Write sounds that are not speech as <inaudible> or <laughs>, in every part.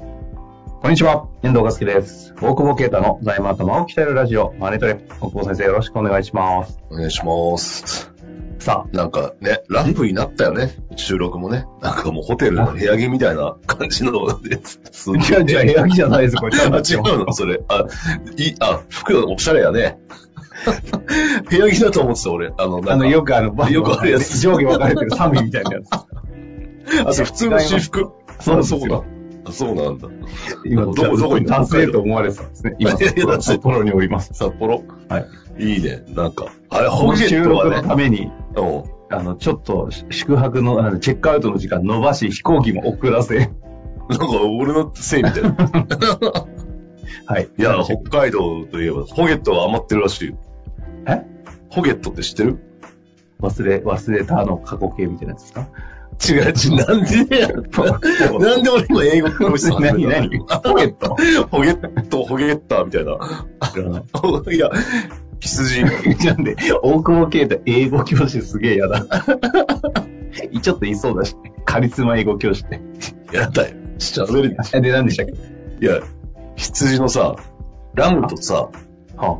こんにちは、遠藤和樹です。大久保啓太の財務頭を鍛えるラジオ、マネトレ。大久保先生、よろしくお願いします。お願いします。さなんかね、ライブになったよね。収録もね。なんかもうホテルの部屋着みたいな感じのやつ。すあ、いや、じゃあ、部屋着じゃないです、これ。あ、違うのそれ。あ、いあ、服おしゃれやね。部屋着だと思ってた、俺。あの、あなんの、か、よくあの、バンドよくあるやつ上下分かれてるサミーみたいなやつ。あ、それ普通の私服。そうですよあだ。あそうなんだ。今、どどここ、どどここにに男性と思われてたんですね。今、いやいや札幌におります。札幌。はい。いいね。なんか。あれ、ホこのゲ収ット録はのね。ために、うん。あの、ちょっと、宿泊の、あのチェックアウトの時間伸ばし、飛行機も遅らせ。なんか俺のせいみたいな。はい。いや、北海道といえば、ホゲットが余ってるらしいよ。えホゲットって知ってる忘れ、忘れたあの過去形みたいなやつですか違う違う、なんでや <laughs> なんで俺今英語教室何何 <laughs> ホゲットホゲット、ホゲッターみたい知らないな。いや、<laughs> 羊。なんで、大久保啓太、英語教師すげえ嫌だ。 <laughs> ちょっと言いそうだし、カリスマ英語教師って。やだよ。喋る。え <laughs> で、何でしたっけいや、羊のさ、ラムとさ、は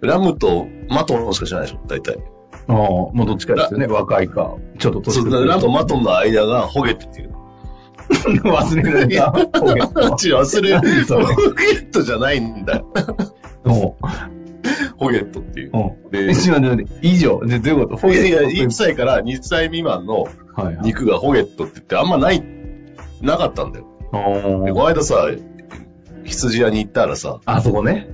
ラムとマトンしか知らないでしょ、大体。あ、もうどっちかですよね。若いか、ちょっと年そう取 <laughs> だからラムととマトンの間がホゲットっていう。忘れられ <laughs> た。ポケットは違う、忘れる何。それ <laughs> ホゲットじゃないんだよ。もホゲッ <laughs> トっていうう、。もう。でえ、ちょっと待って、以上。で、どういうこといやいや、はい1歳から2歳未満のはい。肉がホゲットって言ってあんまない、なかったんだよ。で、この間さ、羊屋に行ったらさ、あそこね。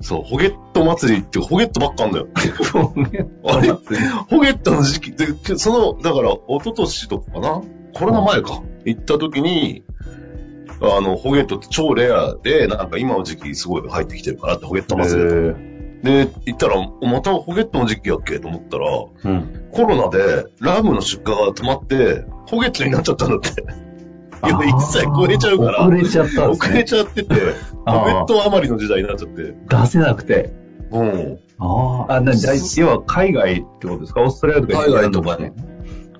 そう、ホゲット祭りってホゲットばっかあんだよ。ポケット <laughs> あれ祭りホゲットの時期、で、その、だから、一昨年とかかなコロナ前か。行った時に、あの、ホゲットって超レアで、なんか今の時期すごい入ってきてるからって、ホゲット祭りで。で、行ったら、またホゲットの時期やっけと思ったら、うん。コロナでラムの出荷が止まって、ホゲットになっちゃったん <laughs> だって。いや、1歳超えちゃうから。あー遅れちゃったんです遅れね。ちゃってて、あホーゲット余りの時代になっちゃって。出せなくて。うん。ああ、あ、なに、だい要は海外ってことですかオーストラリアとか海外とかね。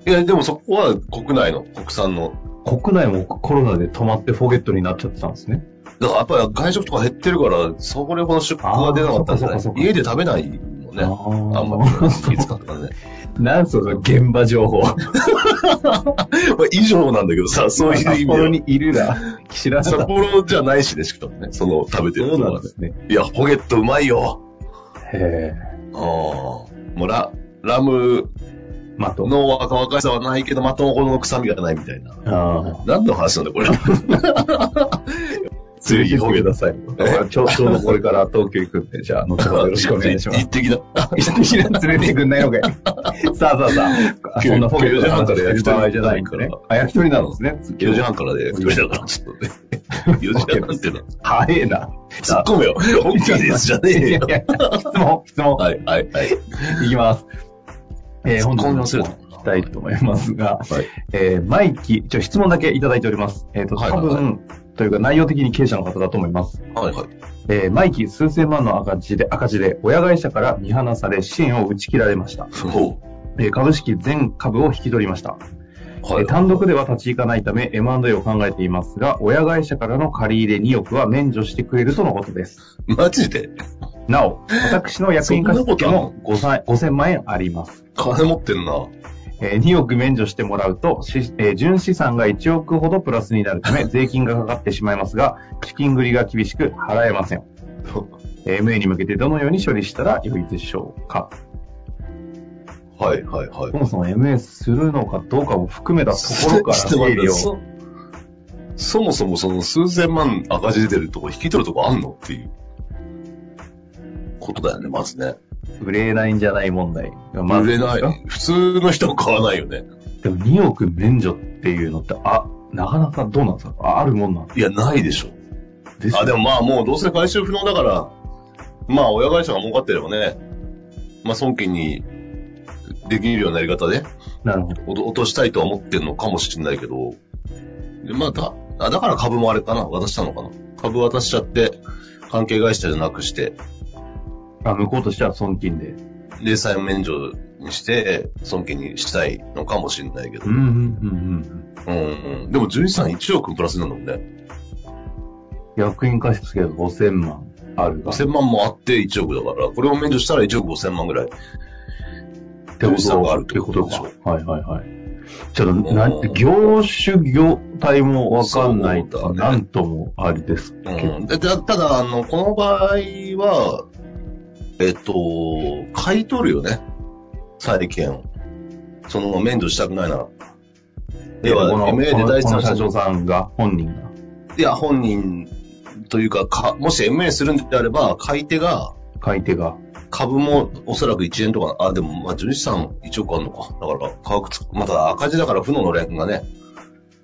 いや、でもそこは国内の、国産の。国内もコロナで止まってフォゲットになっちゃってたんですね。だからやっぱり外食とか減ってるから、そこでこの出荷が出なかったんじゃなあーそっかそっかそっいか家で食べないもんね。ああんまり、いつかとかり。ね。<laughs> なんすか、その現場情報。まあ、以上なんだけどさ、そういう意味札で幌は。にいるな。知らな札かった。幌じゃないしね、しかもね、その食べてそるうのなんはで。すね。いや、ホゲットうまいよ。へえ。ああ。もうラ、ラムまあ、と。の若々しさはないけど、まともこの臭みがないみたいな。ああ。何の話なんだ、これ。連れて次、きホてゲくだだ。さい。だからちょちょうどこれから東京行くんで、 <laughs> じゃあ、後 <laughs> ほどよろしくお願いします一。滴だ。一緒に連れてくんないのかい。 <laughs> さあさあさあ。そんなフォゲットの話してる場合じゃないんでね。あ、焼き鳥なんですね。 4時半からで、4時半から、ちょっとね。4時半ってな。早えな。 <laughs> 突っ込めよ。本気ですじゃねえよ。いやいや質 <laughs> 問、質問、はい、はい、はい。いきます。えー、本日突っ込みの忘質れ問いたきたいと思いますが、はい。えー、マイキ、ちょ、質問だけいただいております。えっ、と、はい多はいはい分、というか内容的に経営者の方だと思います。はい、はい。えー、マイキ、数千万の赤字で、赤字で、親会社から見放され、支援を打ち切られました。ほえー、株式全株を引き取りました。う。はえーい。単独では立ち行かないため M&A を考えていますが、親会社からの借り入れ2億は免除してくれるとのことです。マジでなお、私の役員貸付も5000 5000万円あります。金持ってんな。えー2億免除してもらうと、しえー純資産が1億ほどプラスになるた <laughs> め、税金がかかってしまいますが、資金繰りが厳しく払えません。えー MA に向けてどのように処理したら良いでしょうかはい、はい、はいそ。もそも MA するのかどうかも含めたところから <laughs> ちょっと待整っ理てを。そそもそもその数千万赤字出てるとこ引き取るとこあんのっていうことだよね、まずね。売れないんじゃない問題がま売ずれない。普通の人は買わないよね。でも2億免除っていうのって、あ、なかなかどうなんですかああるもんなんいや、ないでしょ。ですあ、でもまあもうどうせ回収不能だから、まあ親会社が儲かってればね、まあ損金にできるようなやり方でなるほど。おど落としたいとは思ってんのかもしれないけど、でまあだ、あだから株もあれかな渡したのかな株渡しちゃって、関係会社じゃなくして、あ、向こうとしては損金で。零細免除にして、損金にしたいのかもしれないけど。うんうんうんうん。うん、うん。でも、純資産1億プラスになるもんね。役員貸付が5000万あるが。 5000万もあって1億だから、これを免除したら1億5000万ぐらい。ってこ資産がとあるってことでしょってことかはいはいはい。ちょっと、なうん業種、業態もわかんないそと、うだなねんともありです。うん、でたただあの、この場合は、えっと、買い取るよね。債権を。その、免除したくないなら。ではこの、 MA でこの第この社三者長さんが、本人が。いや、本人というかか、もし MA するんであれば、買い手が、買い手が。株もおそらく1円とか、あ、でも、まあ、純資産1億あるのか。だから、価格つ、また赤字だから負ののれんがね、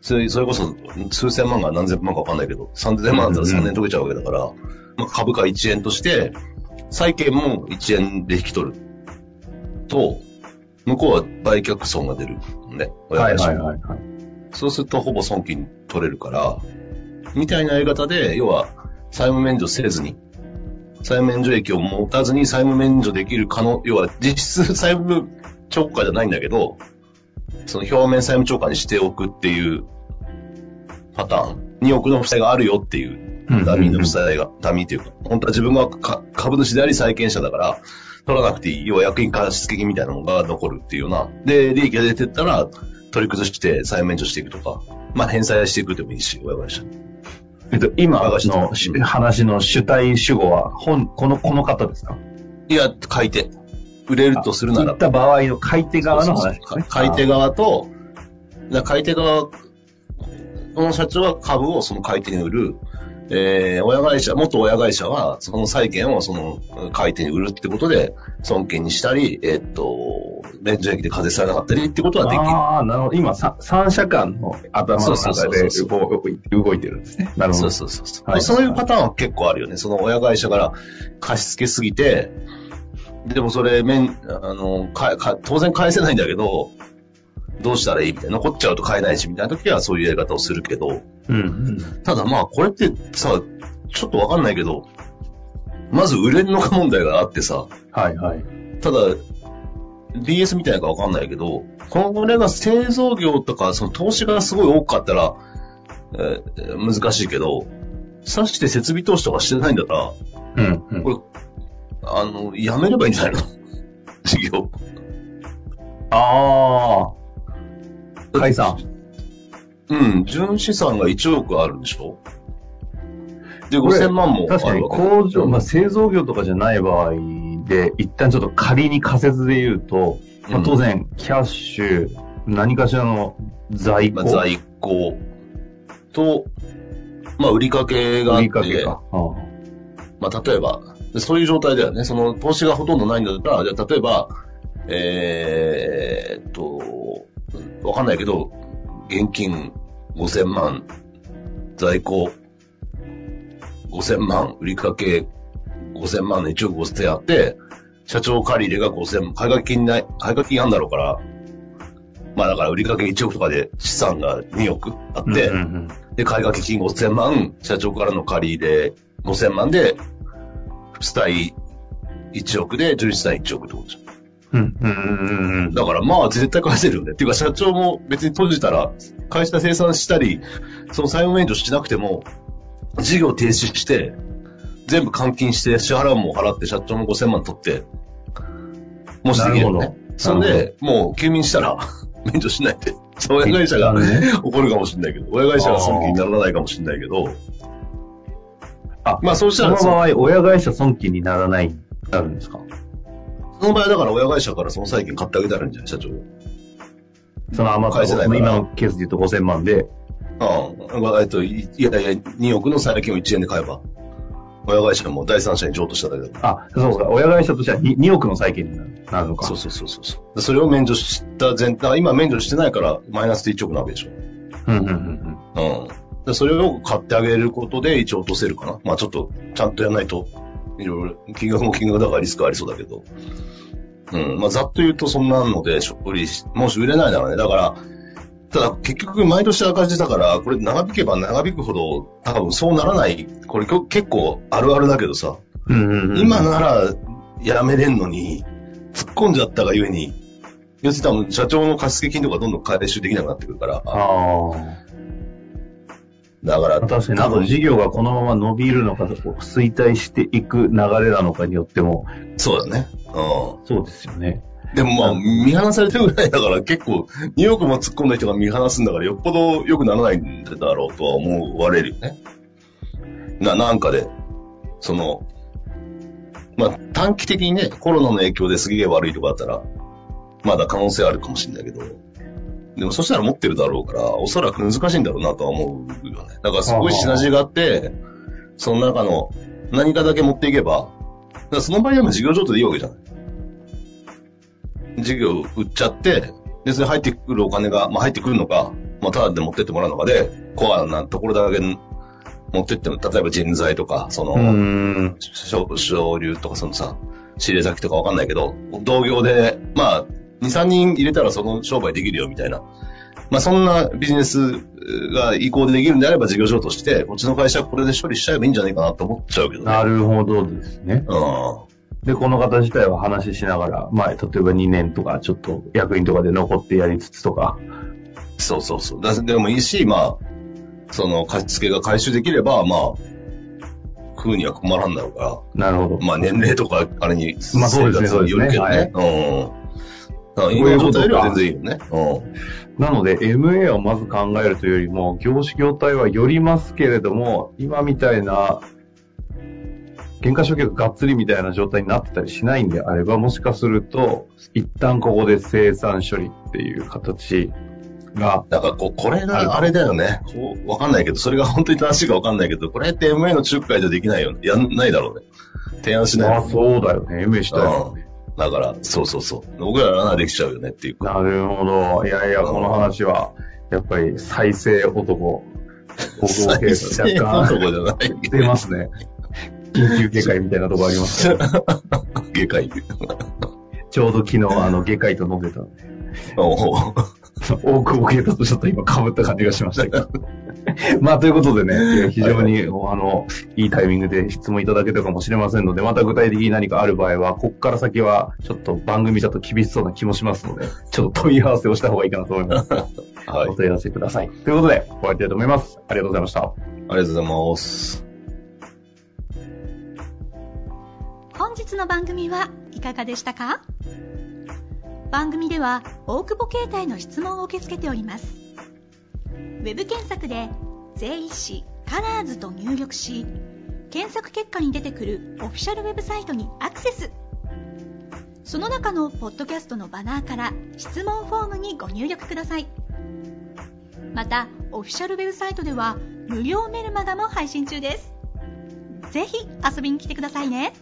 それそれこそ数千万が何千万かわかんないけど、3000万だったら3年溶けちゃうわけだから、まあ、株価1円として、債券も1円で引き取る。と、向こうは売却損が出る。ね。はいはいはいはい。そうするとほぼ損金取れるから、みたいなやり方で、要は債務免除せずに、債務免除益を持たずに債務免除できる可能、要は実質債務超過じゃないんだけど、その表面債務超過にしておくっていうパターン、2億の負債があるよっていう、うんうんうんダミーの負債が、ダミーっていうか、本当は自分がか株主であり債権者だから、取らなくていい、要は役員貸付金みたいなのが残るっていうような、で、利益が出てったら、取り崩して再免除していくとか、まあ、返済していくでもいいし、親会社に。えっと、今我が社のうん話の主体主語は、本、この、この方ですかいや、買い手。売れるとするな言らっ。た場合の買い手側のそう話そうそう買い手側と、だから買い手側、この社長は株をその買い手に売る。えー、親会社、元親会社は、その債権をその買い手に売るってことで、損金にしたり、えーっと、免除益で課税されなかったりってことはできる。ああ、なるほど。今、さ三者間の頭のそう中そうでそうそう動いて動いてるんですね。なるほそどう。そうそうそう、はいそういうパターンは結構あるよね。その親会社から貸し付けすぎて、でもそれ、面、あの、かか当然返せないんだけど、どうしたらいいみたいな。残っちゃうと買えないし、みたいな時はそういうやり方をするけど、うんうん。ただまあ、これってさ、ちょっとわかんないけど、まず売れるのか問題があってさ、はいはい。ただ、BS みたいなのかわかんないけど、これが製造業とか、その投資がすごい多かったら、えー難しいけど、さして設備投資とかしてないんだったら、うん、うんこ。れ、あの、やめればいいんじゃないの <laughs> 事業。ああ。解散。うん、純資産が1億あるんでしょで、これ5000万もあるわけ確かに工場、まあ、製造業とかじゃない場合で、一旦ちょっと仮に仮説で言うと、まうあ、ん当然、キャッシュ、何かしらの在庫、まあ、在庫と、まあ、売りかけが売あっりかけて、か。あまあ、例えば、そういう状態だよね。その、投資がほとんどないんだったら、じゃあ、例えば、えーっと、わかんないけど、現金5000万、在庫5000万、売りかけ5000万の1億5000あって、社長借り入れが5000万、買掛金ない、買掛金あんだろうから、まあだから売りかけ1億とかで資産が2億ああって、うんうんうんで、買掛金5000万、社長からの借り入れ5000万で、負債1億で、純資産1億ってことじゃうんうんうんうんうんん。だからまあ絶対返せるよね。っていうか社長も別に閉じたら、会社清算したり、その債務免除しなくても、事業停止して、全部換金して、支払うも払って、社長も5000万取って、もしできるよなねる。そんで、もう休眠したら、 <laughs> 免除しないで。そう親会社が一旦ね怒るかもしれないけど、親会社が損金にならないかもしれないけど、あまあそうしそたのらその、場合、親会社損金にならない、なるんですかその場合だから親会社からその債券買ってあげたらいいんじゃない社長その余っ返せた、ないから今のケースで言うと5000万で、ああ、まあえっと、いいやいや、2億の債券を1円で買えば、親会社も第三者に譲渡しただけだから。あ、そうか、親会社としては 2, 2億の債権になるなるのか。そうそうそうそうそう。でそれを免除した全体、今免除してないからマイナスで1億なわけでしょ。うんうんうんうん。うん。で、それを買ってあげることで一応落とせるかな。まあちょっと、ちゃんとやらないと、いろいろ、金額も金額だからリスクありそうだけど。うん。まあざっと言うとそんなので処理し、もし売れないならね。だから、ただ結局毎年赤字だから、これ長引けば長引くほど、多分そうならない。これきょ結構あるあるだけどさ。うんうんうん、今ならやめれんのに、突っ込んじゃったがゆえに、要するに多分社長の貸付金とかどんどん回収できなくなってくるから。ああ。だから、果たしてなど事業がこのまま伸びるのかとこう衰退していく流れなのかによっても、そうだね。うそうですよね。ん。でもまあ、見放されてるぐらいだから結構、2億も突っ込んだ人が見放すんだからよっぽど良くならないんだろうとは思われるよね。な、なんかで、その、まあ短期的にね、コロナの影響ですげえ悪いとかだったら、まだ可能性あるかもしれないけど、でもそしたら持ってるだろうから、おそらく難しいんだろうなとは思うよね。だからすごいシナジーがあって、その中の何かだけ持っていけば、だからその場合でも事業譲渡でいいわけじゃない。事業売っちゃって、で、それ入ってくるお金が、まあ入ってくるのか、まあただで持ってってもらうのかで、コアなところだけ持ってっても、例えば人材とか、その、ん。少少流とかそのさ、仕入れ先とかわかんないけど、同業で、まあ、2、3人入れたらその商売できるよみたいな。まあそんなビジネスが移行でできるんであれば事業譲渡して、うちの会社はこれで処理しちゃえばいいんじゃないかなと思っちゃうけどね。なるほどですね。うで、この方自体は話ししながら、まあ、例えば2年とか、ちょっと役員とかで残ってやりつつとか。ん。そうそうそう。だでもいいし、まあ、その貸し付けが回収できれば、まあ、食うには困らんだろうから。なるほど。まあ年齢とか、あれに、まあそうですね生活によるけどね。うん。そう今いうのこ状とか態よりは全然いいよね。うん。なので、MA をまず考えるというよりも、業種業態はよりますけれども、今みたいな、原価償却がっつりみたいな状態になってたりしないんであれば、もしかすると、一旦ここで生産処理っていう形が、なんかこう、これがあれだよね。こう、わかんないけど、それが本当に正しいかわかんないけど、これって MA の仲介じゃできないよね。やんないだろうね。提案しないまあよね。そうだよね、MA したいよね。だから、そうそうそう。僕らならできちゃうよねっていうか。なるほど。いやいや、この話は、やっぱり再生男、高 <laughs> 校警察最低若なと干こじゃない。出 <laughs> ますね。緊急警戒みたいなとこありますね。外科医。ちょうど昨日、あの、外科医と飲んでたんでおう大久保啓太とちょっと今被った感じがしましたけど。 <laughs> まあ、ということでね、いや非常に、あの、いいタイミングで質問いただけたかもしれませんので、また具体的に何かある場合は、こっから先は、ちょっと番組だと厳しそうな気もしますので、ちょっと問い合わせをした方がいいかなと思います。はい。あおり問い合わせください。ということで、終わりたいと思います。ありがとうございました。がとうございます。本日の番組はいかがでしたか番組では大久保携帯の質問を受け付けておりますウェブ検索で「税理士カラーズと入力し検索結果に出てくるオフィシャルウェブサイトにアクセスその中のポッドキャストのバナーから質問フォームにご入力くださいまたオフィシャルウェブサイトでは無料メルマガも配信中ですぜひ遊びに来てくださいね